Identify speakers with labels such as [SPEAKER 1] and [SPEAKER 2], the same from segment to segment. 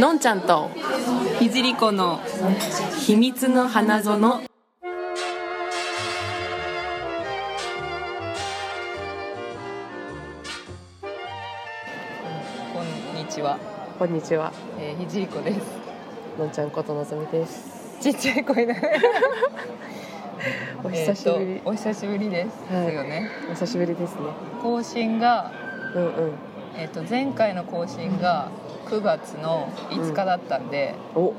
[SPEAKER 1] のんちゃんと
[SPEAKER 2] いじりこの
[SPEAKER 1] 秘密の花園
[SPEAKER 2] こんにちは、
[SPEAKER 1] こんにちは
[SPEAKER 2] えー、いじりこです
[SPEAKER 1] のんちゃんことのぞみです
[SPEAKER 2] ちっちゃい声だ
[SPEAKER 1] お久しぶり、
[SPEAKER 2] え ーとお久しぶりです、
[SPEAKER 1] はい
[SPEAKER 2] ですよね
[SPEAKER 1] お久しぶりですね
[SPEAKER 2] 更新が
[SPEAKER 1] うんうん
[SPEAKER 2] えっ、と前回の更新が9月の5日だったんで、
[SPEAKER 1] お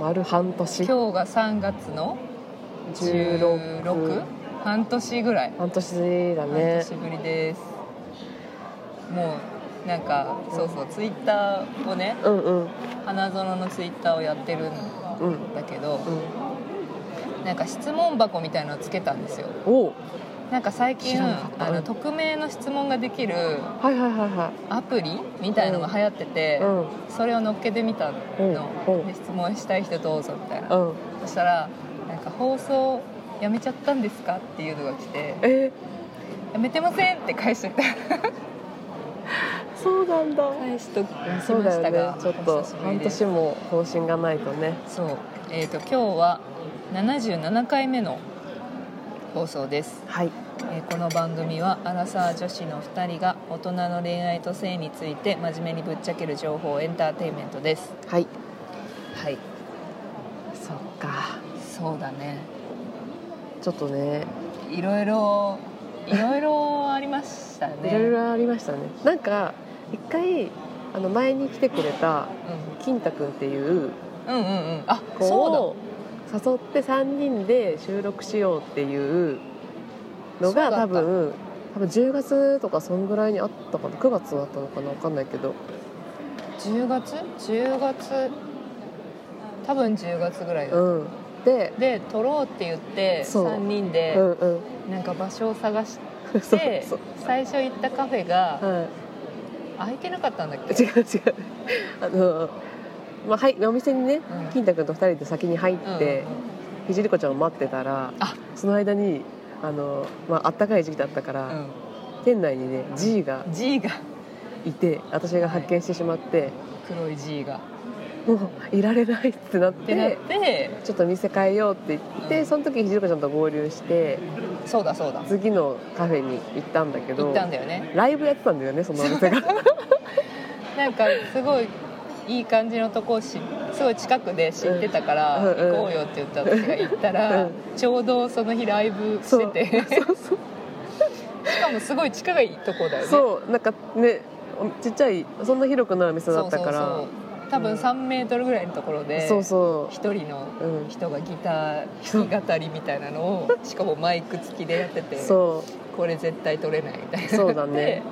[SPEAKER 1] 丸半年
[SPEAKER 2] 今日が3月の
[SPEAKER 1] 16
[SPEAKER 2] 16半年ぐらい
[SPEAKER 1] 半年だ
[SPEAKER 2] 半
[SPEAKER 1] ね
[SPEAKER 2] 年ぶりです、もうなんかそうそうツイッターをね
[SPEAKER 1] うんうん
[SPEAKER 2] 花園のツイッターをやってるん
[SPEAKER 1] うん
[SPEAKER 2] だけど、
[SPEAKER 1] うん
[SPEAKER 2] なんか質問箱みたいのをつけたんですよ
[SPEAKER 1] お
[SPEAKER 2] なんか最近
[SPEAKER 1] 知らなかった
[SPEAKER 2] あ
[SPEAKER 1] う
[SPEAKER 2] の
[SPEAKER 1] ん
[SPEAKER 2] 匿名の質問ができる
[SPEAKER 1] はいはいはいは
[SPEAKER 2] アプリみたいのが流行ってて
[SPEAKER 1] い、うん
[SPEAKER 2] それを乗っけてみたの、
[SPEAKER 1] うん
[SPEAKER 2] で質問したい人どうぞみたいな、
[SPEAKER 1] うん
[SPEAKER 2] そしたらなんか放送やめちゃったんですかっていうのが来て
[SPEAKER 1] え
[SPEAKER 2] やめてませんって返してた
[SPEAKER 1] そうなんだ
[SPEAKER 2] 返しときまし
[SPEAKER 1] そうだ
[SPEAKER 2] た
[SPEAKER 1] よ
[SPEAKER 2] が
[SPEAKER 1] ねちょっと
[SPEAKER 2] お久しぶり
[SPEAKER 1] 半
[SPEAKER 2] です
[SPEAKER 1] 年も更新がないとね
[SPEAKER 2] そうえっ、と今日は77回目の放送です
[SPEAKER 1] はい
[SPEAKER 2] えーこの番組はアラサー女子の2人が大人の恋愛と性について真面目にぶっちゃける情報エンターテインメントです
[SPEAKER 1] はい
[SPEAKER 2] はい
[SPEAKER 1] そっか
[SPEAKER 2] そうだね
[SPEAKER 1] ちょっとね
[SPEAKER 2] いろいろいろいろありましたね
[SPEAKER 1] いろいろありましたねなんか一回あの前に来てくれた金太くんっていう
[SPEAKER 2] うん、うんうんうんあ
[SPEAKER 1] 子
[SPEAKER 2] そ
[SPEAKER 1] を誘って3人で収録しようっていうの
[SPEAKER 2] そ
[SPEAKER 1] が
[SPEAKER 2] うだった
[SPEAKER 1] 多分多分10月とかそんぐらいにあったかな9月だったのかな分かんないけど
[SPEAKER 2] うだ10月10月多分10月ぐらいだ、
[SPEAKER 1] うんで
[SPEAKER 2] で撮ろうって言って
[SPEAKER 1] そう
[SPEAKER 2] 3人
[SPEAKER 1] う
[SPEAKER 2] で
[SPEAKER 1] んうん
[SPEAKER 2] なんか場所を探し
[SPEAKER 1] そう
[SPEAKER 2] て
[SPEAKER 1] そう
[SPEAKER 2] 最初行ったカフェが
[SPEAKER 1] はい
[SPEAKER 2] 空いてなかったんだっけ
[SPEAKER 1] 違う違うあのまあはいお店にね
[SPEAKER 2] うん
[SPEAKER 1] 金太くんと2人で先に入っ
[SPEAKER 2] うんうん
[SPEAKER 1] て、ひじりこちゃんを待ってたら
[SPEAKER 2] あ
[SPEAKER 1] その間にあの、まあったかい時期だったか
[SPEAKER 2] う
[SPEAKER 1] ら、
[SPEAKER 2] ん
[SPEAKER 1] 店内にね G が
[SPEAKER 2] G が
[SPEAKER 1] いて私が発見してしまって、
[SPEAKER 2] 黒い G が
[SPEAKER 1] もういられないってなっ
[SPEAKER 2] っててなって
[SPEAKER 1] ちょっと店変えようって言って、
[SPEAKER 2] うん
[SPEAKER 1] その時ひじりこちゃんと合流して
[SPEAKER 2] そうだそうだ
[SPEAKER 1] 次のカフェに行ったんだけ
[SPEAKER 2] 行
[SPEAKER 1] ど
[SPEAKER 2] ったんだよね
[SPEAKER 1] ライブやってたんだよねそのお店が
[SPEAKER 2] なんかすごいいい感じのとこをしすごい近くで知ってたから
[SPEAKER 1] うんうん
[SPEAKER 2] 行こうよって言って私が行ったら
[SPEAKER 1] うん
[SPEAKER 2] ちょうどその日ライブしてて
[SPEAKER 1] そうそう
[SPEAKER 2] しかもすごい近いとこだよね
[SPEAKER 1] そうなんかねちっちゃいそんな広くないお店だ
[SPEAKER 2] そ
[SPEAKER 1] っ
[SPEAKER 2] う
[SPEAKER 1] たから
[SPEAKER 2] そうそう多分
[SPEAKER 1] うん
[SPEAKER 2] 3メートルぐらいのところで
[SPEAKER 1] そう
[SPEAKER 2] 一
[SPEAKER 1] そう
[SPEAKER 2] 人の
[SPEAKER 1] うん
[SPEAKER 2] 人がギター弾き語りみたいなのをしかもマイク付きでやってて
[SPEAKER 1] そ
[SPEAKER 2] これ絶対撮れないみたいうな
[SPEAKER 1] そう だね、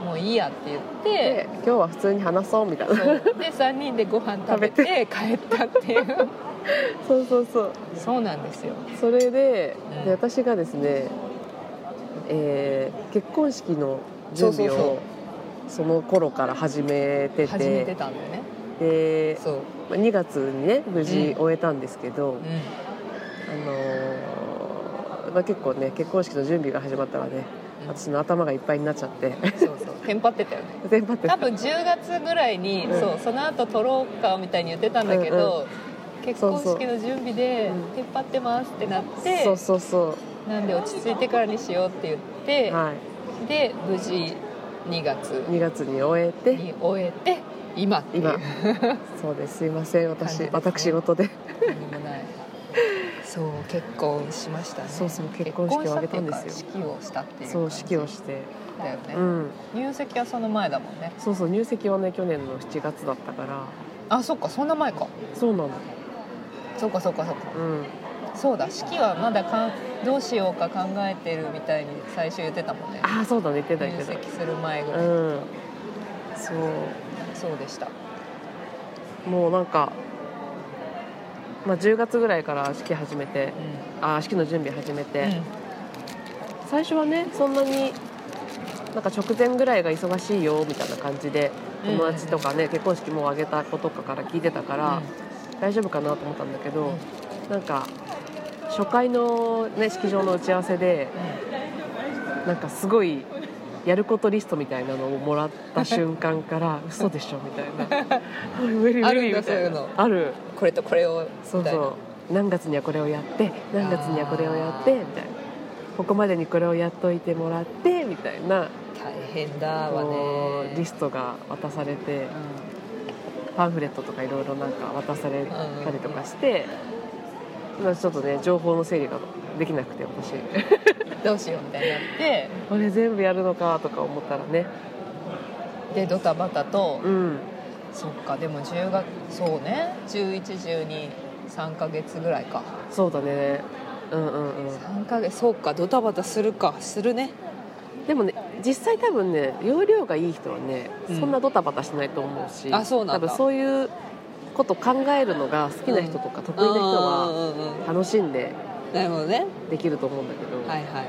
[SPEAKER 1] うん、
[SPEAKER 2] もういいやって言って
[SPEAKER 1] で今日は普通に話そうみたいな
[SPEAKER 2] そうで3人でご飯食べて帰ったっていう
[SPEAKER 1] そうそうそう
[SPEAKER 2] そうなんですよ
[SPEAKER 1] それで,、
[SPEAKER 2] うん
[SPEAKER 1] で私がですね、えー結婚式の準備
[SPEAKER 2] そうそう
[SPEAKER 1] をその頃から始めてて
[SPEAKER 2] 始めてたんだよね
[SPEAKER 1] で、
[SPEAKER 2] そう、
[SPEAKER 1] まあ2月にね無事
[SPEAKER 2] う
[SPEAKER 1] 終えたんですけど、
[SPEAKER 2] うん、
[SPEAKER 1] あのーまあ、結構ね結婚式の準備が始まったらね
[SPEAKER 2] うん
[SPEAKER 1] 私の頭がいっぱいになっちゃって
[SPEAKER 2] そうそうテンパってたよね
[SPEAKER 1] 全張って
[SPEAKER 2] 多分10月ぐらいに、
[SPEAKER 1] うん
[SPEAKER 2] そうその後撮ろうかみたいに言ってたんだけど、結婚式の準備で
[SPEAKER 1] そうそう
[SPEAKER 2] 「テンパってます」ってなって
[SPEAKER 1] そうそうそ
[SPEAKER 2] なんで落ち着いてからにしようって言って、
[SPEAKER 1] う、はい、
[SPEAKER 2] で無事2月
[SPEAKER 1] 2月に終えて
[SPEAKER 2] に終えて今っていう
[SPEAKER 1] 今そうですすいません
[SPEAKER 2] 感じ
[SPEAKER 1] 私、
[SPEAKER 2] ですね
[SPEAKER 1] 私事で
[SPEAKER 2] 何もないそう結婚しましたね
[SPEAKER 1] そうそう結婚式を挙げたんですよ
[SPEAKER 2] 結婚したっていうか式をしたっていう
[SPEAKER 1] そう
[SPEAKER 2] 感じ
[SPEAKER 1] 式をして、
[SPEAKER 2] だよね、
[SPEAKER 1] うん
[SPEAKER 2] 入籍はその前だもんね
[SPEAKER 1] そうそう入籍はね去年の7月だったから
[SPEAKER 2] あそっかそんな前か
[SPEAKER 1] そうなの
[SPEAKER 2] そっかそっかそっか
[SPEAKER 1] うん
[SPEAKER 2] そうだ式はまだかんどうしようか考えてるみたいに最初言ってたもんね
[SPEAKER 1] ああそうだね言ってた言
[SPEAKER 2] 入
[SPEAKER 1] ってた
[SPEAKER 2] 籍する前ぐ
[SPEAKER 1] う
[SPEAKER 2] らい、
[SPEAKER 1] んそ
[SPEAKER 2] そうでした
[SPEAKER 1] うもうなんか、まあ、10月ぐらいから式始めて
[SPEAKER 2] う
[SPEAKER 1] あー式の準備始め
[SPEAKER 2] ん、
[SPEAKER 1] て、最初はねそんなになんか直前ぐらいが忙しいよみたいな感じで
[SPEAKER 2] うん
[SPEAKER 1] 友達とかね、結婚式もう挙げた子とかから聞いてたから、大丈夫かなと思ったんだけど、なんか初回の、ね、式場の打ち合わせでなんかすごいやることリストみたいなのをもらった瞬間から 嘘でしょみたいな無理無
[SPEAKER 2] あるん
[SPEAKER 1] 理
[SPEAKER 2] だ
[SPEAKER 1] みたいな
[SPEAKER 2] そういうの
[SPEAKER 1] ある
[SPEAKER 2] これとこれを
[SPEAKER 1] そう
[SPEAKER 2] みたいな
[SPEAKER 1] そう何月にはこれをやって何月にはこれをやって
[SPEAKER 2] あー
[SPEAKER 1] みたいなここまでにこれをやっといてもらってみたいな
[SPEAKER 2] 大変だわ
[SPEAKER 1] こ
[SPEAKER 2] ね
[SPEAKER 1] うリストが渡されてパンフレットとかいろいろなんか渡されたりとかして今ちょっとね情報の整理ができなくて私
[SPEAKER 2] うんどうしようみたいになって
[SPEAKER 1] これ全部やるのかとか思ったらね
[SPEAKER 2] でドタバタと、
[SPEAKER 1] うん
[SPEAKER 2] そっかでも10月そうね111213ヶ月ぐらいか
[SPEAKER 1] そうだねうんうんうん
[SPEAKER 2] 3ヶ月そうかドタバタするかするね
[SPEAKER 1] でもね実際多分ね容量がいい人はね、
[SPEAKER 2] うん
[SPEAKER 1] そんなドタバタしないと思うし
[SPEAKER 2] あそうなんだ
[SPEAKER 1] 多分そういうこと考えるのが好きな人とか得意な人は
[SPEAKER 2] うんうんうんうん
[SPEAKER 1] 楽しんで
[SPEAKER 2] なるほどね
[SPEAKER 1] できると思うんだけど、
[SPEAKER 2] はいはい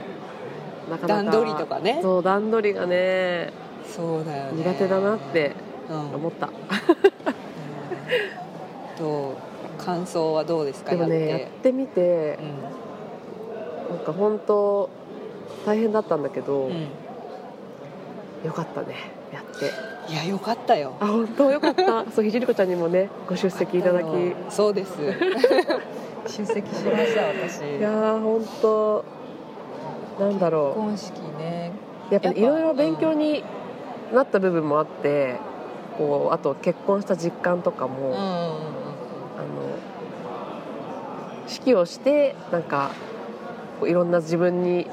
[SPEAKER 1] なかなか
[SPEAKER 2] 段取りとかね
[SPEAKER 1] そう段取りがね
[SPEAKER 2] そうだよね
[SPEAKER 1] 苦手だなって
[SPEAKER 2] うん
[SPEAKER 1] 思った
[SPEAKER 2] どう感想はどうですか
[SPEAKER 1] でもねや
[SPEAKER 2] やっ
[SPEAKER 1] っててみて
[SPEAKER 2] う、
[SPEAKER 1] なんか本当大変だったんだけど、
[SPEAKER 2] ん、うん
[SPEAKER 1] よかったねやって
[SPEAKER 2] いやよかったよ
[SPEAKER 1] あ本当よかった そうひじりこちゃんにもねご出席いただき
[SPEAKER 2] あのそう です出席しました私
[SPEAKER 1] いやー本当なんだ
[SPEAKER 2] 結
[SPEAKER 1] ろ
[SPEAKER 2] 婚式ね
[SPEAKER 1] うやっぱ
[SPEAKER 2] やっぱ
[SPEAKER 1] いろいろ勉強になった部分もあってこうあと結婚した実感とか
[SPEAKER 2] う
[SPEAKER 1] も、
[SPEAKER 2] んうん
[SPEAKER 1] あ
[SPEAKER 2] うん
[SPEAKER 1] の式をしてなんかこういろんな自分に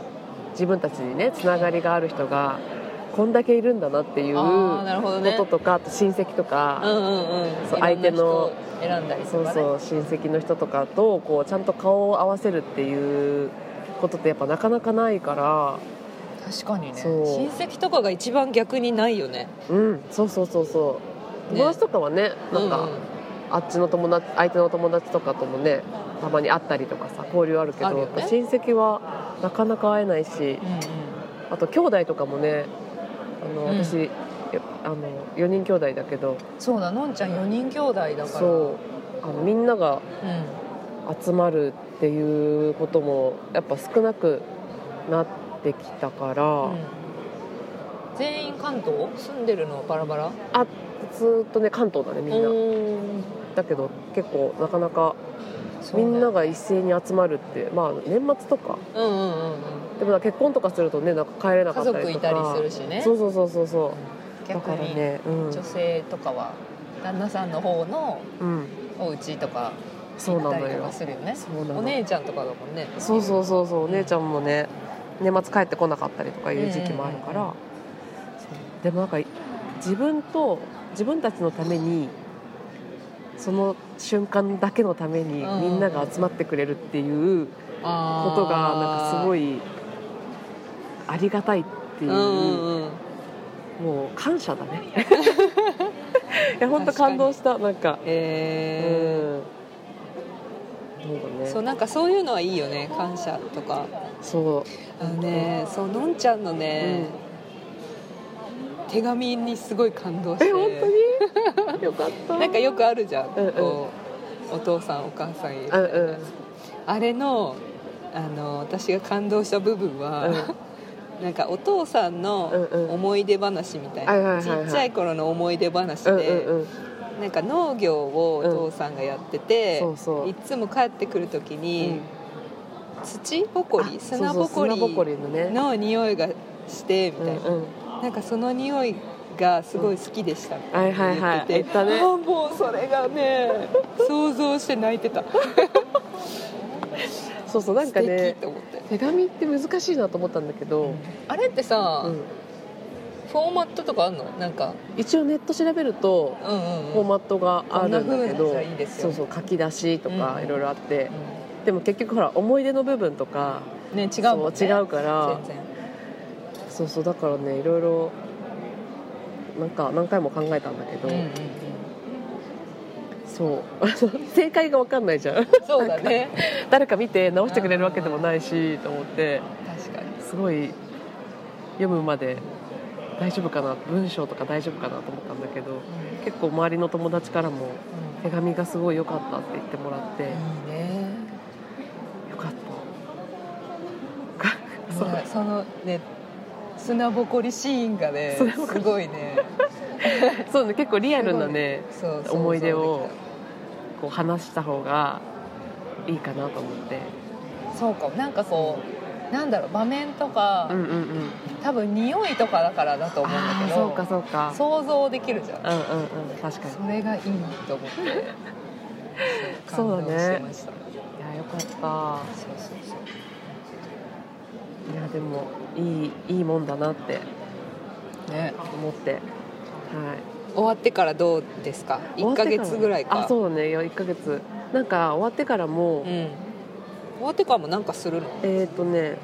[SPEAKER 1] 自分たちにねつながりがある人がこんだけいるんだなっていう
[SPEAKER 2] ああ
[SPEAKER 1] こ
[SPEAKER 2] なるほどね
[SPEAKER 1] ととか、あと親戚とか、
[SPEAKER 2] うんうんうん
[SPEAKER 1] そう
[SPEAKER 2] いろんな
[SPEAKER 1] 相手の
[SPEAKER 2] 人を選んだり
[SPEAKER 1] そ
[SPEAKER 2] と
[SPEAKER 1] う
[SPEAKER 2] かね
[SPEAKER 1] そう親戚の人とかとこうちゃんと顔を合わせるっていうことってやっぱなかなかないから。
[SPEAKER 2] 確かにね
[SPEAKER 1] そう
[SPEAKER 2] 親戚とかが一番逆にないよね
[SPEAKER 1] うん、そうそうそうそう
[SPEAKER 2] ね
[SPEAKER 1] 友達とかはねなんか、
[SPEAKER 2] うう
[SPEAKER 1] あっちの友達相手の友達とかともねたまに会ったりとかさ交流あるけど
[SPEAKER 2] あるよね
[SPEAKER 1] やっぱ親戚はなかなか会えないし
[SPEAKER 2] うんうん
[SPEAKER 1] あと兄弟とかもねあの、
[SPEAKER 2] うん
[SPEAKER 1] 私よあの4人兄弟だけど
[SPEAKER 2] そうだのんちゃん4人兄弟だから
[SPEAKER 1] そうあのみんなが
[SPEAKER 2] うん
[SPEAKER 1] 集まるっていうこともやっぱ少なくなってきたから、
[SPEAKER 2] うん全員関東住んでるのバラバラ
[SPEAKER 1] あずっとね関東だねみんな、
[SPEAKER 2] ん
[SPEAKER 1] だけど結構なかなかみんなが一斉に集まるって、まあ、年末とか
[SPEAKER 2] うんうんうんうん
[SPEAKER 1] でもなんか結婚とかするとねなんか帰れなか
[SPEAKER 2] 家
[SPEAKER 1] ったりとか
[SPEAKER 2] 族いたりするしね
[SPEAKER 1] そうそうそうそうそだ
[SPEAKER 2] 逆
[SPEAKER 1] から
[SPEAKER 2] に、
[SPEAKER 1] ねうん
[SPEAKER 2] 女性とかは旦那さんの方の
[SPEAKER 1] う、うん、
[SPEAKER 2] お家とか
[SPEAKER 1] そう
[SPEAKER 2] 行
[SPEAKER 1] な
[SPEAKER 2] った
[SPEAKER 1] の
[SPEAKER 2] りと
[SPEAKER 1] よ
[SPEAKER 2] かするよね
[SPEAKER 1] そうなの
[SPEAKER 2] お姉ちゃんとかだもんね
[SPEAKER 1] そうそうそうそうお姉ちゃんもね年末帰ってこなかったりとかいう時期もあるから、
[SPEAKER 2] うんうん
[SPEAKER 1] そうでもなんか自分と自分たちのためにその瞬間だけのために
[SPEAKER 2] うん
[SPEAKER 1] みんなが集まってくれるっていうこ
[SPEAKER 2] こと
[SPEAKER 1] がなんかすご
[SPEAKER 2] い
[SPEAKER 1] いありがたいっていうう。
[SPEAKER 2] んうんうん
[SPEAKER 1] もう感謝だね いや本当感動したなんかうん
[SPEAKER 2] え
[SPEAKER 1] そうだ
[SPEAKER 2] ー
[SPEAKER 1] ね
[SPEAKER 2] そうなんかそういうのはいいよね感謝とか
[SPEAKER 1] そう
[SPEAKER 2] あのねそうのんちゃんのね、手紙にすごい感動して
[SPEAKER 1] え本当 によかった
[SPEAKER 2] なんかよくあるじゃん、
[SPEAKER 1] うんうん
[SPEAKER 2] こうお父さんお母さんへみた
[SPEAKER 1] うん
[SPEAKER 2] いな、
[SPEAKER 1] うん
[SPEAKER 2] あれのあの私が感動した部分は、 なんかお父さんの
[SPEAKER 1] うんうん
[SPEAKER 2] 思い出話みたい
[SPEAKER 1] はいはい
[SPEAKER 2] な、
[SPEAKER 1] はい
[SPEAKER 2] ち
[SPEAKER 1] はい
[SPEAKER 2] っちゃい頃の思い出話で、
[SPEAKER 1] うんうんうん
[SPEAKER 2] なんか農業をお父さんがやってて、
[SPEAKER 1] そうそう
[SPEAKER 2] いつも帰ってくる時
[SPEAKER 1] う
[SPEAKER 2] に
[SPEAKER 1] ん、
[SPEAKER 2] 土ぼこり
[SPEAKER 1] あそうそう
[SPEAKER 2] 砂ぼこり
[SPEAKER 1] 砂ぼこりのね
[SPEAKER 2] の匂いがしてみ
[SPEAKER 1] うん
[SPEAKER 2] たいな、
[SPEAKER 1] うん
[SPEAKER 2] なんかその匂いがすごい好きでしたみたいな
[SPEAKER 1] はいはいはい
[SPEAKER 2] 言って
[SPEAKER 1] 言
[SPEAKER 2] て
[SPEAKER 1] ったね
[SPEAKER 2] あーもうそれがね想像して泣いてた
[SPEAKER 1] そうそうなんか
[SPEAKER 2] 素
[SPEAKER 1] ね
[SPEAKER 2] 敵と思って、
[SPEAKER 1] 手紙って難しいなと思ったんだけど、
[SPEAKER 2] あれってさ、
[SPEAKER 1] うん
[SPEAKER 2] フォーマットとかあんのなんか
[SPEAKER 1] 一応ネット調べると
[SPEAKER 2] うんうんうん
[SPEAKER 1] フォーマットがあるんだけ
[SPEAKER 2] こんな風なやつ
[SPEAKER 1] ど
[SPEAKER 2] がいいです
[SPEAKER 1] そ
[SPEAKER 2] よ
[SPEAKER 1] うそう書き出しとか
[SPEAKER 2] うん
[SPEAKER 1] いろいろあって、でも結局ほら思い出の部分とか
[SPEAKER 2] うんね違うもんね
[SPEAKER 1] そう違うから
[SPEAKER 2] 全然
[SPEAKER 1] そうそうだからねいろいろなんか何回も考えたんだけど、
[SPEAKER 2] うんうんうん
[SPEAKER 1] そう 正解が分かんないじゃん
[SPEAKER 2] そうだね
[SPEAKER 1] 誰か見て直してくれるわけでもないしと思って
[SPEAKER 2] 確かに
[SPEAKER 1] すごい読むまで大丈夫かな文章とか大丈夫かなと思ったんだけど結構周りの友達からも手紙がすごい良かったって言ってもらって
[SPEAKER 2] いいね
[SPEAKER 1] 良かったそう
[SPEAKER 2] そそのね砂ぼこりシーンがね
[SPEAKER 1] 砂ぼこ
[SPEAKER 2] す
[SPEAKER 1] り
[SPEAKER 2] ごいね
[SPEAKER 1] そうね結構リアルなね
[SPEAKER 2] そう
[SPEAKER 1] 思い出を
[SPEAKER 2] 想像で
[SPEAKER 1] こう話した方がいいかなと思って
[SPEAKER 2] きたそうかなんかこうなんだろう場面とか、
[SPEAKER 1] うんうんうん
[SPEAKER 2] 多分匂いとかだからだと思うんだ
[SPEAKER 1] ああ
[SPEAKER 2] け
[SPEAKER 1] ー
[SPEAKER 2] ど
[SPEAKER 1] そうかそうか
[SPEAKER 2] 想像できるじゃん
[SPEAKER 1] うんうんうん確かに
[SPEAKER 2] それがいいと思って
[SPEAKER 1] そうだね
[SPEAKER 2] 感動してました
[SPEAKER 1] いやよかった
[SPEAKER 2] そうそうそう
[SPEAKER 1] いやでもいいいいもんだなって
[SPEAKER 2] ね、
[SPEAKER 1] 思ってはい
[SPEAKER 2] 終わってからどうですか
[SPEAKER 1] 終わ
[SPEAKER 2] 1
[SPEAKER 1] って
[SPEAKER 2] か
[SPEAKER 1] ら
[SPEAKER 2] 月ぐらいか
[SPEAKER 1] あそうだねいや1ヶ月なんか終わってからも、
[SPEAKER 2] うん、終わってからもなんかするの、
[SPEAKER 1] えーっ、とね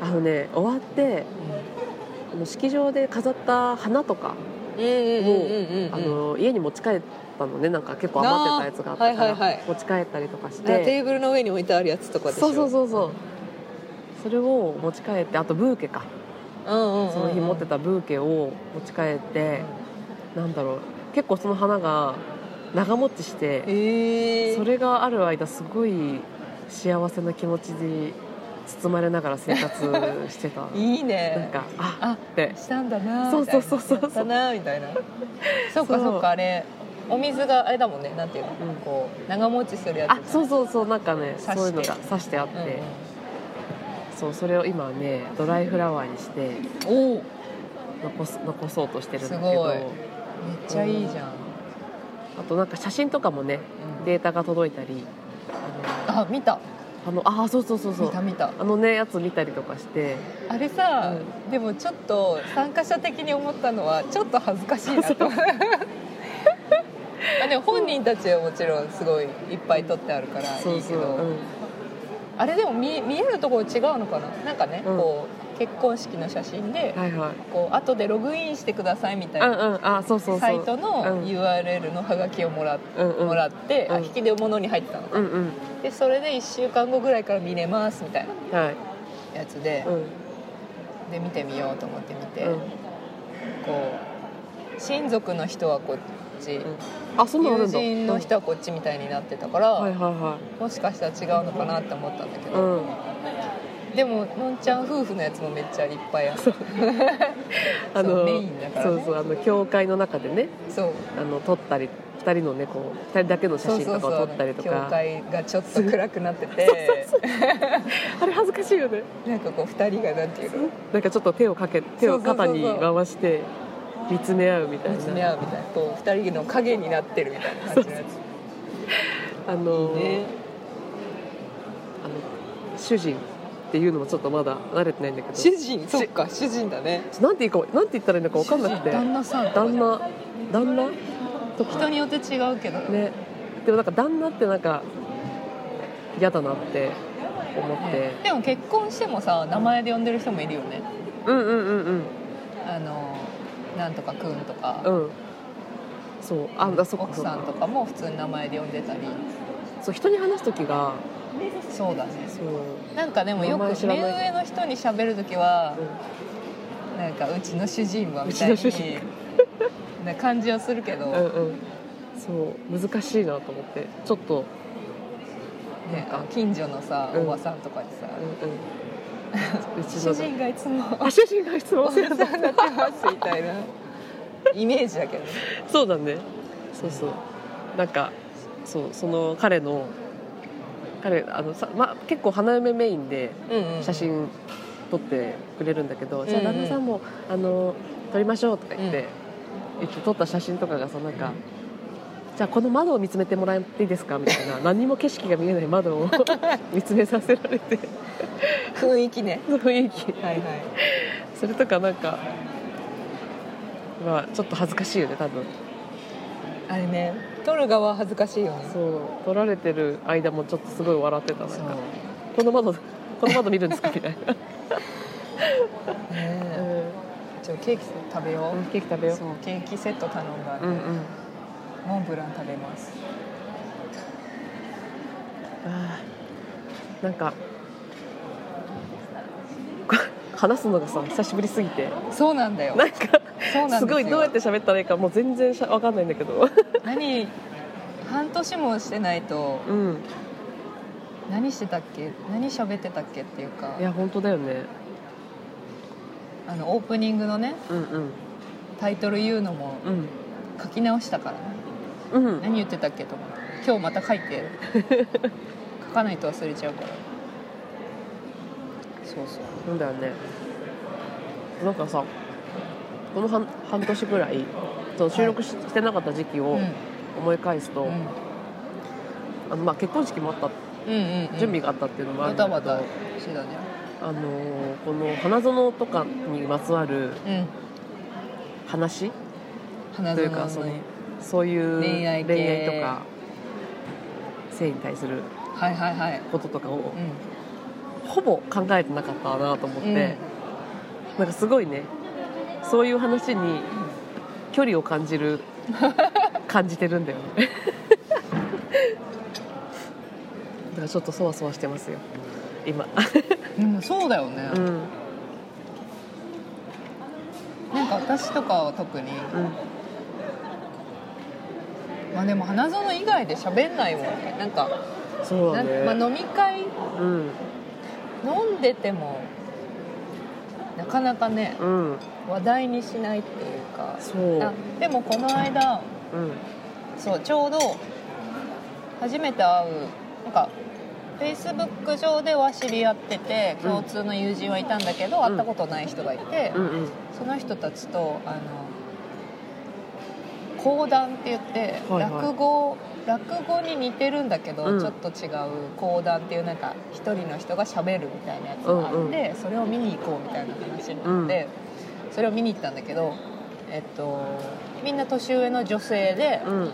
[SPEAKER 1] あのね終わってあの式場で飾った花とか、
[SPEAKER 2] うん、うんうんうんうん
[SPEAKER 1] あ
[SPEAKER 2] うん
[SPEAKER 1] の家に持ち帰ったのねなんか結構余ってたやつがあったから、
[SPEAKER 2] あーはいはいはい
[SPEAKER 1] 持ち帰ったりとかし
[SPEAKER 2] あテ
[SPEAKER 1] て
[SPEAKER 2] ーブルの上に置いてあるやつとかでし
[SPEAKER 1] そ
[SPEAKER 2] ょ
[SPEAKER 1] うそうそうそうそれを持ち帰ってあとブーケか
[SPEAKER 2] うんうんうんうん、
[SPEAKER 1] その日持ってたブーケを持ち帰って、なんだろう結構その花が長持ちして
[SPEAKER 2] ええー、
[SPEAKER 1] それがある間すごい幸せな気持ちに包まれながら生活してた
[SPEAKER 2] いい
[SPEAKER 1] なん
[SPEAKER 2] ね
[SPEAKER 1] かあ
[SPEAKER 2] あ
[SPEAKER 1] って
[SPEAKER 2] したんだな
[SPEAKER 1] そうそう
[SPEAKER 2] みたいな
[SPEAKER 1] そうそう
[SPEAKER 2] やったなみたいなそうか
[SPEAKER 1] そう
[SPEAKER 2] そうかあれお水があれだもんねなんていうの、
[SPEAKER 1] うん
[SPEAKER 2] こう長持ちするやつ
[SPEAKER 1] あそうそうそうなんかね
[SPEAKER 2] 刺して
[SPEAKER 1] そういうのが刺してあって、そうそれを今はねドライフラワーにして
[SPEAKER 2] うんうん、おおめっ
[SPEAKER 1] 残す残そうとしてるんだけ
[SPEAKER 2] す
[SPEAKER 1] ど
[SPEAKER 2] ごいちゃいいじゃん、
[SPEAKER 1] あとなんか写真とかもね
[SPEAKER 2] うん
[SPEAKER 1] データが届いたり
[SPEAKER 2] あ見た
[SPEAKER 1] あのあそうそうそうそ
[SPEAKER 2] 見
[SPEAKER 1] う
[SPEAKER 2] た見た
[SPEAKER 1] あのねやつ見たりとかして
[SPEAKER 2] あれさ、
[SPEAKER 1] う
[SPEAKER 2] でもちょっと参加者的に思ったのはちょっと恥ずかしいなと思う あでも本人たちはもちろんすごいいっぱい撮ってあるからいいけど
[SPEAKER 1] そうそう、うん
[SPEAKER 2] あれでも見見えるところ違うのかななんかね、
[SPEAKER 1] うん
[SPEAKER 2] こう結婚式の写真で、
[SPEAKER 1] はいはい
[SPEAKER 2] こう後でログインしてくださいみたい
[SPEAKER 1] うんう
[SPEAKER 2] なん
[SPEAKER 1] あそうそうそう
[SPEAKER 2] サイトの
[SPEAKER 1] うん
[SPEAKER 2] URL のハガキをもらっ
[SPEAKER 1] うんうん
[SPEAKER 2] もらって、あ
[SPEAKER 1] うん
[SPEAKER 2] 引き出物に入ってたの
[SPEAKER 1] うんうん
[SPEAKER 2] でそれで1週間後ぐらいから見れますみたいな
[SPEAKER 1] はい
[SPEAKER 2] やつで
[SPEAKER 1] う、ん
[SPEAKER 2] で見てみようと思って見て、
[SPEAKER 1] うん
[SPEAKER 2] こう親族の人はこっち、
[SPEAKER 1] あそんなのあ
[SPEAKER 2] 友
[SPEAKER 1] るんだ
[SPEAKER 2] 人の人はこっちみたいになってたから、
[SPEAKER 1] うんはいはいは
[SPEAKER 2] もしかしたら違うのかなって思ったんだけ
[SPEAKER 1] い、う
[SPEAKER 2] ど、
[SPEAKER 1] ん、
[SPEAKER 2] でものんちゃん夫婦のやつもめっちゃいっぱいあるそう
[SPEAKER 1] あの
[SPEAKER 2] メインだから
[SPEAKER 1] そ
[SPEAKER 2] ね
[SPEAKER 1] うそうあの教会の中でね
[SPEAKER 2] そう
[SPEAKER 1] あの撮ったり2人のねこう2人だけの写真とかを撮ったりと
[SPEAKER 2] 教
[SPEAKER 1] か
[SPEAKER 2] 会がちょっと暗くなっ てて
[SPEAKER 1] あれ恥ずかしいよね
[SPEAKER 2] なんかこう2人がなんていうの
[SPEAKER 1] なんかちょっと手をかけ手を肩に
[SPEAKER 2] そうそうそうそう
[SPEAKER 1] 回して見つめ合うみたい
[SPEAKER 2] 見
[SPEAKER 1] な
[SPEAKER 2] つめ合うみたいなこう2人の影になってるみたいな感じのや
[SPEAKER 1] あの
[SPEAKER 2] つね
[SPEAKER 1] あの主人っていうのもちょっとまだ慣れてないんだけ
[SPEAKER 2] 主
[SPEAKER 1] ど
[SPEAKER 2] 人そっか主人だね
[SPEAKER 1] なんていいかなんて言ったらいいのか分かんなくて
[SPEAKER 2] 主人旦那さんとか
[SPEAKER 1] 旦
[SPEAKER 2] じゃん
[SPEAKER 1] 那旦那とか
[SPEAKER 2] 人によって違うけど
[SPEAKER 1] ねでもなんか旦那ってなんか嫌だなって思って、
[SPEAKER 2] ねでも結婚してもさ名前で呼んでる人もいるよね
[SPEAKER 1] うんうんうんうん
[SPEAKER 2] あのなんとかくんとか、
[SPEAKER 1] うんそうあだそっか
[SPEAKER 2] 奥
[SPEAKER 1] そっ
[SPEAKER 2] さ
[SPEAKER 1] か
[SPEAKER 2] んとかも普通に名前で呼んでたり
[SPEAKER 1] そう人に話す時が
[SPEAKER 2] そうだね
[SPEAKER 1] そう、
[SPEAKER 2] なんかでもよく
[SPEAKER 1] 名前知ら
[SPEAKER 2] 目
[SPEAKER 1] ない
[SPEAKER 2] 上の人に喋る時は
[SPEAKER 1] う
[SPEAKER 2] なんかうちの主人はみたいう
[SPEAKER 1] ちの主人
[SPEAKER 2] にな感じはするけど、
[SPEAKER 1] ん、うんうんそう難しいなと思ってちょっと
[SPEAKER 2] ね、あの近所のさ、
[SPEAKER 1] うん
[SPEAKER 2] おばさんとかにさ
[SPEAKER 1] うん うんう
[SPEAKER 2] 「
[SPEAKER 1] ち
[SPEAKER 2] 主
[SPEAKER 1] の
[SPEAKER 2] 人がいつも
[SPEAKER 1] あ主人が質
[SPEAKER 2] お
[SPEAKER 1] 問す
[SPEAKER 2] 世
[SPEAKER 1] る
[SPEAKER 2] 話になってます」みたいなイメージだけどね
[SPEAKER 1] そうだねそうそうなんかそうその彼の彼あのさ、まあ、結構花嫁メインで
[SPEAKER 2] うんうん
[SPEAKER 1] 写真撮ってくれるんだけど、
[SPEAKER 2] ん
[SPEAKER 1] じゃあ旦那さんもあの撮りましょうとか言って、一応撮った写真とかがさなんか、じゃあこの窓を見つめてもらっていいですかみたいな何も景色が見えない窓を 見つめさせられて
[SPEAKER 2] 雰囲気ね
[SPEAKER 1] その雰囲気
[SPEAKER 2] はいはい
[SPEAKER 1] それとかなんかまあちょっと恥ずかしいよね多分
[SPEAKER 2] あれね撮る側は恥ずかしいよね
[SPEAKER 1] そう撮られてる間もちょっとすごい笑ってたなん
[SPEAKER 2] そう
[SPEAKER 1] かこの窓この窓見るんですかみたい な、
[SPEAKER 2] ねえちょケーキ食べよ
[SPEAKER 1] うん、
[SPEAKER 2] う
[SPEAKER 1] ケーキ食べよ
[SPEAKER 2] そうケーキセット頼んだん
[SPEAKER 1] う
[SPEAKER 2] で、
[SPEAKER 1] うんうん
[SPEAKER 2] モンブラン食べます
[SPEAKER 1] あーなんか こ話すのがさ久しぶりすぎて
[SPEAKER 2] そうなんだよ
[SPEAKER 1] なんか
[SPEAKER 2] そうなんですすよ
[SPEAKER 1] ごいどうやって喋ったらいいかもう全然しゃわかんないんだけど
[SPEAKER 2] 何半年もしてないと
[SPEAKER 1] うん
[SPEAKER 2] 何してたっけ何喋ってたっけっていうか
[SPEAKER 1] いや本当だよね
[SPEAKER 2] あのオープニングのね
[SPEAKER 1] うんうん
[SPEAKER 2] タイトル言うのも
[SPEAKER 1] うん
[SPEAKER 2] 書き直したか
[SPEAKER 1] う
[SPEAKER 2] らね
[SPEAKER 1] ん
[SPEAKER 2] 何言ってたっけと思って今日また書いて書かないと忘れちゃうからそうそう
[SPEAKER 1] そうだよねなんかさこの半半年ぐらいそう収録し,、てなかった時期
[SPEAKER 2] う
[SPEAKER 1] を
[SPEAKER 2] ん
[SPEAKER 1] 思い返すと、
[SPEAKER 2] うん
[SPEAKER 1] あのまあ、結婚式もあった
[SPEAKER 2] うんうんうん
[SPEAKER 1] 準備があったっていうのもある
[SPEAKER 2] バ
[SPEAKER 1] んだ
[SPEAKER 2] タ
[SPEAKER 1] けど、
[SPEAKER 2] バタしてたね
[SPEAKER 1] あのーこの花園とかにまつわる
[SPEAKER 2] うん
[SPEAKER 1] 話
[SPEAKER 2] 花
[SPEAKER 1] とい
[SPEAKER 2] 園
[SPEAKER 1] うかそ
[SPEAKER 2] の
[SPEAKER 1] の
[SPEAKER 2] ね
[SPEAKER 1] そういう
[SPEAKER 2] 恋愛系
[SPEAKER 1] とか性に対する
[SPEAKER 2] はいはいはい
[SPEAKER 1] こととかを
[SPEAKER 2] うん
[SPEAKER 1] ほぼ考えてなかったなと思って、
[SPEAKER 2] うん
[SPEAKER 1] なんかすごいねそういう話に距離を感じ る感じてるんだよねだからちょっとそわそわしてますよ今
[SPEAKER 2] うんそうだよね、
[SPEAKER 1] うん
[SPEAKER 2] なんか私とかは特に
[SPEAKER 1] うん
[SPEAKER 2] まあでも花園以外で喋んないもんねなんか、
[SPEAKER 1] そうだね、
[SPEAKER 2] なまあ、飲み会
[SPEAKER 1] うん
[SPEAKER 2] 飲んでてもなかなかね
[SPEAKER 1] うん
[SPEAKER 2] 話題にしないっていうか
[SPEAKER 1] そう
[SPEAKER 2] あでもこの間
[SPEAKER 1] うん
[SPEAKER 2] そうちょうど初めて会うなんかフェイスブック上では知り合ってて
[SPEAKER 1] うん
[SPEAKER 2] 共通の友人はいたんだけど、会ったことない人がいて、
[SPEAKER 1] うんうん
[SPEAKER 2] その人たちとあの講談って言って、
[SPEAKER 1] はいはい
[SPEAKER 2] 落語落語に似てるんだけど、
[SPEAKER 1] うん
[SPEAKER 2] ちょっと違う講談っていうなんか一人の人がしゃべるみたいなやつがあって、
[SPEAKER 1] うんう
[SPEAKER 2] それを見に行こうみたいな話になって、それを見に行ったんだけど、えっと、みんな年上の女性で、
[SPEAKER 1] うん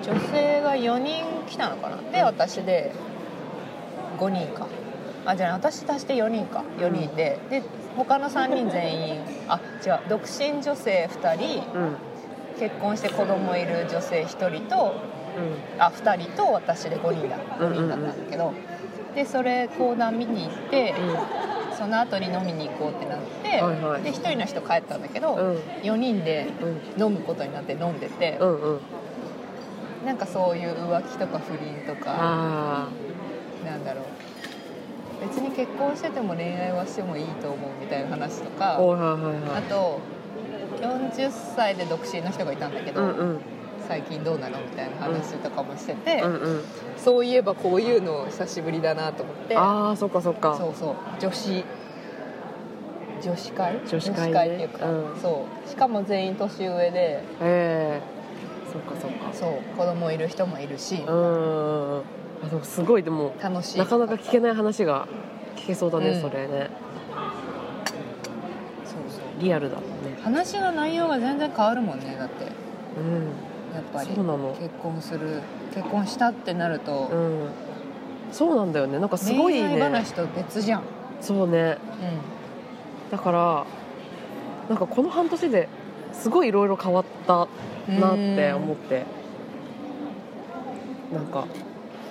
[SPEAKER 2] 女性が4人来たのかなで私で5人かあじゃあ私足して4人か4人で、で他の3人全員あ違う独身女性2人
[SPEAKER 1] うん
[SPEAKER 2] 結婚して子供いる女性1人と
[SPEAKER 1] うん
[SPEAKER 2] あ2人と私で5人だ
[SPEAKER 1] うん
[SPEAKER 2] 5
[SPEAKER 1] うんう
[SPEAKER 2] 人
[SPEAKER 1] ん
[SPEAKER 2] だったんだけど、でそれ講談見に行って、その後に飲みに行こうってなって、
[SPEAKER 1] はいはい
[SPEAKER 2] で1人の人帰ったんだけど、
[SPEAKER 1] うん
[SPEAKER 2] 4人で
[SPEAKER 1] うん
[SPEAKER 2] 飲むことになって飲んでて、
[SPEAKER 1] うんうん
[SPEAKER 2] なんかそういう浮気とか不倫とか
[SPEAKER 1] あ
[SPEAKER 2] なんだろう別に結婚してても恋愛はしてもいいと思うみたいな話と
[SPEAKER 1] あ
[SPEAKER 2] か
[SPEAKER 1] おはいはいは
[SPEAKER 2] あ
[SPEAKER 1] い
[SPEAKER 2] と40歳で独身の人がいたんだけど、
[SPEAKER 1] うんうん
[SPEAKER 2] 最近どうなのみたいな話とかもしてて、
[SPEAKER 1] うんうん
[SPEAKER 2] そういえばこういうの久しぶりだなと思って
[SPEAKER 1] ああそっかそっか
[SPEAKER 2] そうそう女子女子会
[SPEAKER 1] 女子会ね
[SPEAKER 2] っていうか、
[SPEAKER 1] うん
[SPEAKER 2] そうしかも全員年上で
[SPEAKER 1] ええそっかそっか
[SPEAKER 2] そう子供いる人もいるし、
[SPEAKER 1] うんうんうんあでもすごいでも
[SPEAKER 2] 楽しい
[SPEAKER 1] なかなか聞けない話が聞けそうだね、
[SPEAKER 2] うん
[SPEAKER 1] それね
[SPEAKER 2] そうそう
[SPEAKER 1] リアルだもんね
[SPEAKER 2] 話の内容が全然変わるもんねだってや
[SPEAKER 1] うん
[SPEAKER 2] っぱり
[SPEAKER 1] そうなの
[SPEAKER 2] 結婚する結婚したってなると、
[SPEAKER 1] うんそうなんだよねなんかすごい
[SPEAKER 2] 恋愛
[SPEAKER 1] ね
[SPEAKER 2] 話と別じゃん、
[SPEAKER 1] そうね
[SPEAKER 2] う
[SPEAKER 1] だからなんかこの半年ですごいいろいろ変わった
[SPEAKER 2] ん、
[SPEAKER 1] なって思ってなんか、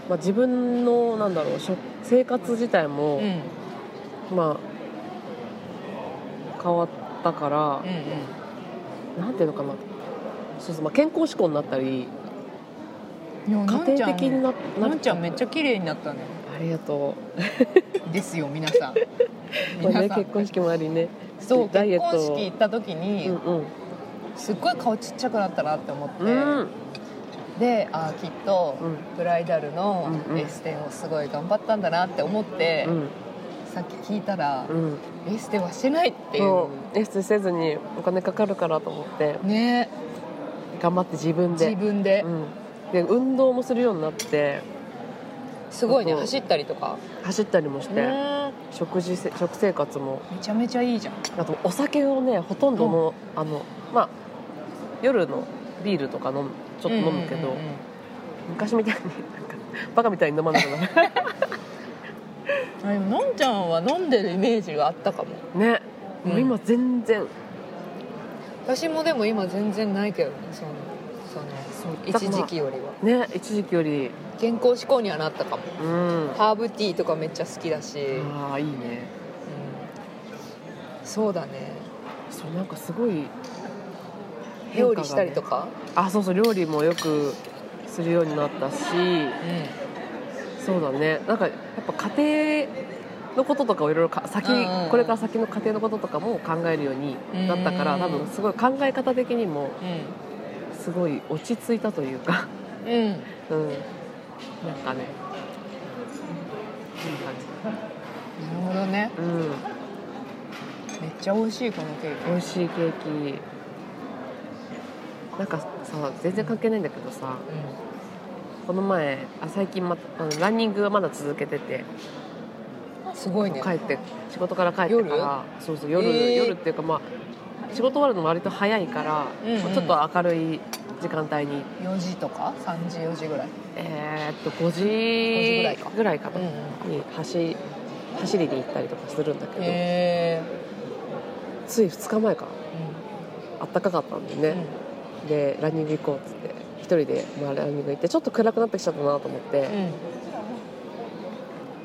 [SPEAKER 1] まあ、自分のなんだろうしょ生活自体
[SPEAKER 2] う
[SPEAKER 1] も
[SPEAKER 2] ん、うんうん
[SPEAKER 1] まあ変わったから、なんていうのかなそうそう、まあ、健康志向になったり
[SPEAKER 2] いや
[SPEAKER 1] 家庭的に
[SPEAKER 2] な
[SPEAKER 1] なな
[SPEAKER 2] のんちゃんめっちゃ綺麗になったね
[SPEAKER 1] ありがと
[SPEAKER 2] ですよ 皆さ
[SPEAKER 1] う、ま
[SPEAKER 2] ん
[SPEAKER 1] あね、
[SPEAKER 2] 皆さん
[SPEAKER 1] 結婚式もありね
[SPEAKER 2] そう
[SPEAKER 1] ダイエ
[SPEAKER 2] 結
[SPEAKER 1] ット
[SPEAKER 2] 婚式行った時に、
[SPEAKER 1] うんうん
[SPEAKER 2] すっごい顔ちっちゃくなったなって思って、
[SPEAKER 1] うん
[SPEAKER 2] でああきっと、
[SPEAKER 1] うん
[SPEAKER 2] ブライダルの
[SPEAKER 1] うんうん
[SPEAKER 2] エステをすごい頑張ったんだなって思って、
[SPEAKER 1] うん
[SPEAKER 2] さっき聞いたら、
[SPEAKER 1] うん
[SPEAKER 2] エステはしてないってい
[SPEAKER 1] そううエステせずにお金かかるからと思って
[SPEAKER 2] ね
[SPEAKER 1] 頑張って自分で
[SPEAKER 2] 自分で、
[SPEAKER 1] うん、で運動もするようになって
[SPEAKER 2] すごいね
[SPEAKER 1] そう
[SPEAKER 2] 走ったりとか
[SPEAKER 1] 走ったりもして、
[SPEAKER 2] ね
[SPEAKER 1] 食事せ食生活も
[SPEAKER 2] めちゃめちゃいいじゃん
[SPEAKER 1] あとお酒をねほとんどもうあのまあ夜のビールとか飲むちょっと飲むけど、
[SPEAKER 2] うんうんうんうん
[SPEAKER 1] 昔みたいになんかバカみたいに飲まなく なる
[SPEAKER 2] あでものんちゃんは飲んでるイメージがあったかも
[SPEAKER 1] ね、もう
[SPEAKER 2] うん
[SPEAKER 1] 今全然
[SPEAKER 2] 私もでも今全然ないけどねそのその一時期よりは
[SPEAKER 1] ね一時期より
[SPEAKER 2] 健康志向にはなったかも
[SPEAKER 1] うん
[SPEAKER 2] ハーブティーとかめっちゃ好きだし、うん
[SPEAKER 1] ああいいね
[SPEAKER 2] そうだね
[SPEAKER 1] そうなんかすごい変化がね
[SPEAKER 2] 料理したりとか、
[SPEAKER 1] あそうそう料理もよくするようになったしそうだねなんかやっぱ家庭のこととかをいろいろか先、
[SPEAKER 2] うんうん
[SPEAKER 1] これから先の家庭のこととかも考えるようになったから、
[SPEAKER 2] うん
[SPEAKER 1] 多分すごい考え方的にも
[SPEAKER 2] う
[SPEAKER 1] すごい落ち着いたというか、
[SPEAKER 2] んうん
[SPEAKER 1] うん、なんかねいい感
[SPEAKER 2] なるほどね
[SPEAKER 1] じ、うん、
[SPEAKER 2] めっちゃ美味しいこのケーキ
[SPEAKER 1] 美味しいケーキなんかさ全然関係ないんだけどさこの前あ最近またうんランニングはまだ続けてて
[SPEAKER 2] うんすごいね
[SPEAKER 1] 帰って仕事から帰ってからそうそう夜、
[SPEAKER 2] えー
[SPEAKER 1] 夜っていうかまあ仕事終わるのも割と早いから、
[SPEAKER 2] うんうん
[SPEAKER 1] まあちょっと明るい時間帯に
[SPEAKER 2] 4時とか3時4時ぐらい
[SPEAKER 1] えーっと5
[SPEAKER 2] 時ぐらい
[SPEAKER 1] 時
[SPEAKER 2] か
[SPEAKER 1] ぐらいかな、
[SPEAKER 2] うん
[SPEAKER 1] に走走りに行ったりとかするんだけど、
[SPEAKER 2] へ
[SPEAKER 1] つい2日前か
[SPEAKER 2] え
[SPEAKER 1] らあったかかったんでね、でランニング行こうっつって一人で、まあ、ランニング行ってちょっと暗くなってきちゃったなと思って、
[SPEAKER 2] うん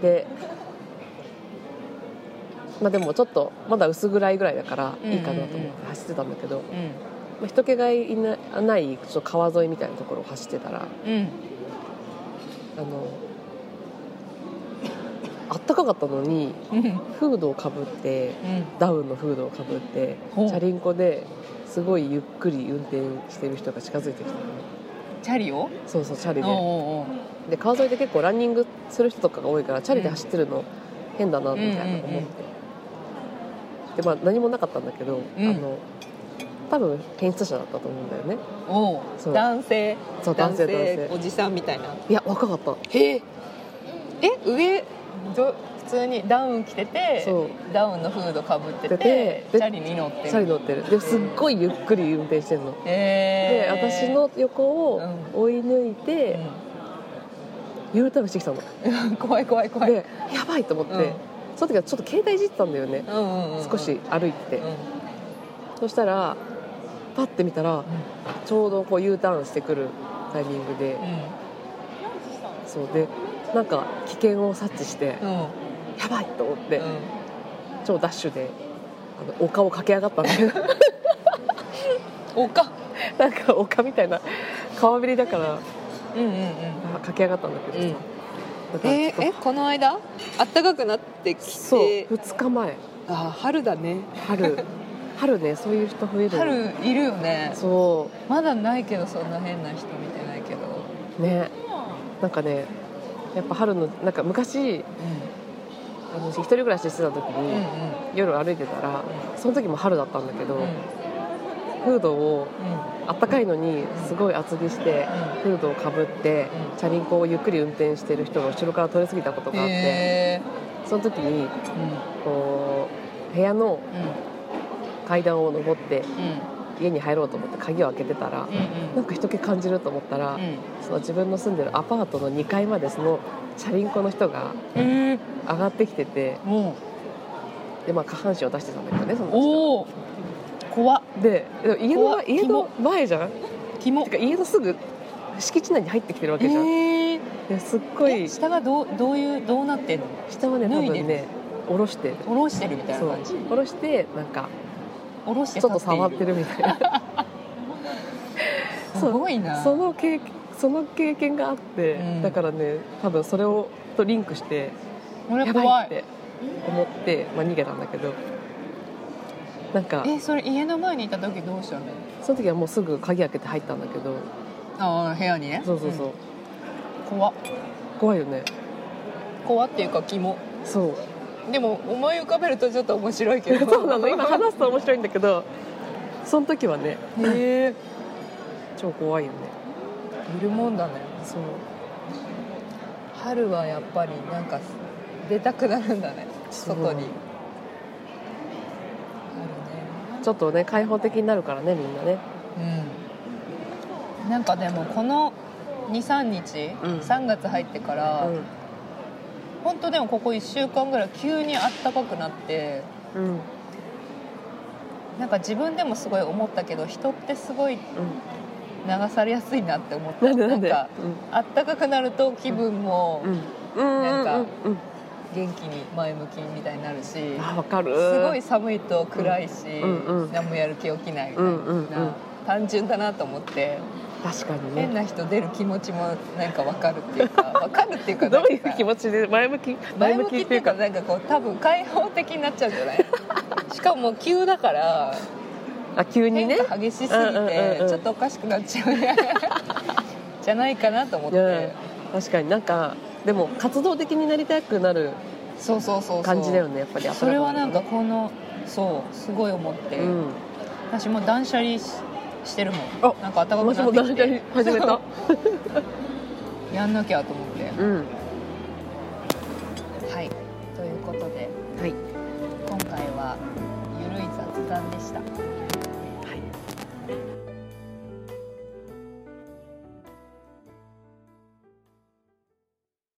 [SPEAKER 1] でまあでもちょっとまだ薄暗いぐらいだからいいかなと
[SPEAKER 2] うん
[SPEAKER 1] 思っ
[SPEAKER 2] うん
[SPEAKER 1] て
[SPEAKER 2] う
[SPEAKER 1] 走ってたんだけど、
[SPEAKER 2] うん
[SPEAKER 1] まあ、人気がいなないちょっと川沿いみたいなところを走ってたら
[SPEAKER 2] うん
[SPEAKER 1] あのあったかかったのに
[SPEAKER 2] うん
[SPEAKER 1] フードをかぶって
[SPEAKER 2] うん
[SPEAKER 1] ダウンのフードをかぶってチ
[SPEAKER 2] ほう
[SPEAKER 1] ャリンコですごいゆっくり運転してる人が近づいてきたの
[SPEAKER 2] チャリを
[SPEAKER 1] そうそうチャ
[SPEAKER 2] お
[SPEAKER 1] リ
[SPEAKER 2] う
[SPEAKER 1] で
[SPEAKER 2] おうおう
[SPEAKER 1] で川沿いで結構ランニングする人とかが多いからチャリで走ってるの変だなみたいな思って、
[SPEAKER 2] うんうん
[SPEAKER 1] でまあ何もなかったんだけど、
[SPEAKER 2] うん
[SPEAKER 1] あの多分検出者だったと思うんだよね
[SPEAKER 2] おう
[SPEAKER 1] そう
[SPEAKER 2] 男性
[SPEAKER 1] そう男性男性
[SPEAKER 2] おじさんみたいない
[SPEAKER 1] や若かった
[SPEAKER 2] へええ上ど普通にダウン着てて
[SPEAKER 1] そう
[SPEAKER 2] ダウンのフードかぶってて
[SPEAKER 1] でで
[SPEAKER 2] チャリに乗ってる
[SPEAKER 1] チャリ乗ってるですっごいゆっくり運転してるので
[SPEAKER 2] へえ
[SPEAKER 1] 私の横を追い抜いて、U ターンしてきたの
[SPEAKER 2] うん怖い怖い怖い
[SPEAKER 1] でやばいと思って、
[SPEAKER 2] うん
[SPEAKER 1] その時はちょっと携帯いじってたんだよね、
[SPEAKER 2] うんうんうん
[SPEAKER 1] 少し歩いてて、
[SPEAKER 2] う
[SPEAKER 1] そしたらパッて見たら、ちょうどこう U ターンしてくるタイミングで、
[SPEAKER 2] ん
[SPEAKER 1] そうでなんか危険を察知して、
[SPEAKER 2] うんうん
[SPEAKER 1] やばいと思って、
[SPEAKER 2] うん
[SPEAKER 1] 超ダッシュであの丘を駆け上がったんだけど
[SPEAKER 2] 丘
[SPEAKER 1] なんか丘みたいな川べりだから
[SPEAKER 2] うんうんうん
[SPEAKER 1] あ駆け上がったんだけどさ、
[SPEAKER 2] うん
[SPEAKER 1] だからちょ
[SPEAKER 3] え
[SPEAKER 1] っと
[SPEAKER 3] ーえこの間あったかくなってきて
[SPEAKER 1] そう2日前
[SPEAKER 3] あー春だね
[SPEAKER 1] 春 春ねそういう人増える
[SPEAKER 2] 春いるよね
[SPEAKER 1] そ
[SPEAKER 2] まだないけどそんな変な人見てないけど
[SPEAKER 1] うねなんかねやっぱ春のなんか昔
[SPEAKER 2] う
[SPEAKER 1] あの一人暮らししてた時
[SPEAKER 2] んう
[SPEAKER 1] に、
[SPEAKER 2] ん
[SPEAKER 1] 夜歩いてたらその時も春だったんだけど、
[SPEAKER 2] うんうん
[SPEAKER 1] フードを
[SPEAKER 2] うん
[SPEAKER 1] あったかいのにすごい厚着して、フードをかぶって、
[SPEAKER 2] うん
[SPEAKER 1] チャリンコをゆっくり運転してる人が後ろから通り過ぎたことがあって
[SPEAKER 2] へえ
[SPEAKER 1] その時に
[SPEAKER 2] うん
[SPEAKER 1] こう部屋の
[SPEAKER 2] う
[SPEAKER 1] 階段を上って
[SPEAKER 2] んうん
[SPEAKER 1] 家に入ろうと思って鍵を開けてたら、
[SPEAKER 2] うん
[SPEAKER 1] なんか人気感じると思ったら、
[SPEAKER 2] う
[SPEAKER 1] その自分の住んでるアパートの2階までそのチャリンコの人が
[SPEAKER 2] んえ
[SPEAKER 1] 上がってきてて
[SPEAKER 2] ー、もう
[SPEAKER 1] で、まあ、下半身を出してたんだけどねその人
[SPEAKER 2] おお怖っ
[SPEAKER 1] ででも家の
[SPEAKER 2] 怖っ
[SPEAKER 1] 家の前じゃん
[SPEAKER 2] キモ
[SPEAKER 1] てか家のすぐ敷地内に入ってきてるわけじゃん、
[SPEAKER 2] えー、
[SPEAKER 1] ですっご
[SPEAKER 2] え
[SPEAKER 1] い
[SPEAKER 2] 下がどうどういうどうなってんの
[SPEAKER 1] 下はね多
[SPEAKER 2] 脱い
[SPEAKER 1] 分
[SPEAKER 2] で
[SPEAKER 1] ね下ろして
[SPEAKER 2] 下ろしてるみたい
[SPEAKER 1] そ
[SPEAKER 2] な
[SPEAKER 1] う
[SPEAKER 2] 感じ
[SPEAKER 1] 下ろしてなんか
[SPEAKER 2] 下ろして
[SPEAKER 1] ちょっと触って
[SPEAKER 2] る
[SPEAKER 1] るみたいな
[SPEAKER 2] すごいな
[SPEAKER 1] その経験その経験があって、
[SPEAKER 2] うん
[SPEAKER 1] だからね多分それをとリンクして
[SPEAKER 2] これ
[SPEAKER 1] やば
[SPEAKER 2] 怖
[SPEAKER 1] いっ
[SPEAKER 2] い
[SPEAKER 1] て思って、まあ、逃げたんだけどなんか
[SPEAKER 2] えそれ家の前にいた時どうしたの
[SPEAKER 1] その時はもうすぐ鍵開けて入ったんだけど
[SPEAKER 2] ああ部屋にね
[SPEAKER 1] そうそうそう、
[SPEAKER 2] ん怖っ
[SPEAKER 1] 怖いよね
[SPEAKER 2] 怖っていうかキモ
[SPEAKER 1] そう
[SPEAKER 2] でも思い浮かべるとちょっと面白いけ ど
[SPEAKER 1] そうなの今話すと面白いんだけどその時はね
[SPEAKER 2] へえ
[SPEAKER 1] 超怖いよね
[SPEAKER 2] いるもんだね
[SPEAKER 1] そう
[SPEAKER 2] 春はやっぱりなんか出たくなるんだね
[SPEAKER 1] そう
[SPEAKER 2] 外に
[SPEAKER 1] ちょっとね開放的になるからねみんなね
[SPEAKER 2] あるねうんなんかでもこの23日、
[SPEAKER 1] うん
[SPEAKER 2] 3月入ってか
[SPEAKER 1] う
[SPEAKER 2] ら、
[SPEAKER 1] ん
[SPEAKER 2] 本当でもここ1週間ぐらい急にあったかくなって
[SPEAKER 1] うんうん
[SPEAKER 2] なんか自分でもすごい思ったけど人ってすごい流されやすいなって思った
[SPEAKER 1] なんでなんで
[SPEAKER 2] かあったかくなると気分も
[SPEAKER 1] うんうん
[SPEAKER 2] なんか
[SPEAKER 1] うんうん
[SPEAKER 2] 元気に前向きみたいになるし、
[SPEAKER 1] あわかる
[SPEAKER 2] すごい寒いと暗いし、
[SPEAKER 1] うんうん
[SPEAKER 2] 何もやる気起きないみた
[SPEAKER 1] う
[SPEAKER 2] いな、
[SPEAKER 1] んうんうん
[SPEAKER 2] 単純だなと思って
[SPEAKER 1] 確かに
[SPEAKER 2] 変
[SPEAKER 1] ね
[SPEAKER 2] な人出る気持ちもなんか分かるっていう か分かるっていうか
[SPEAKER 1] どういう気
[SPEAKER 2] ち
[SPEAKER 1] 持ちで前向き
[SPEAKER 2] 前向きっていうかなんかこう多分開放的になっちゃうんじゃない しかも急だから
[SPEAKER 1] あ急に
[SPEAKER 2] 変
[SPEAKER 1] ね
[SPEAKER 2] 化激しすぎて、
[SPEAKER 1] うんうんうんうん
[SPEAKER 2] ちょっとおかしくなっちゃうね じゃないかなと思って、
[SPEAKER 1] うん、確かになんかでも活動的になりたくなる
[SPEAKER 2] そうそうそうそう
[SPEAKER 1] 感じだよねやっぱり
[SPEAKER 2] それはなんかこのそうすごい思って、
[SPEAKER 1] うん
[SPEAKER 2] 私も断捨離ししてるもん
[SPEAKER 1] あ
[SPEAKER 2] なんか暖か
[SPEAKER 1] 私も
[SPEAKER 2] くなっ
[SPEAKER 1] 断
[SPEAKER 2] てき
[SPEAKER 1] 捨離
[SPEAKER 2] て
[SPEAKER 1] 始め
[SPEAKER 2] そ
[SPEAKER 1] た
[SPEAKER 2] う やんなきゃと思って
[SPEAKER 1] うんは
[SPEAKER 2] はいということで
[SPEAKER 1] い
[SPEAKER 2] 今回はゆるい雑談でした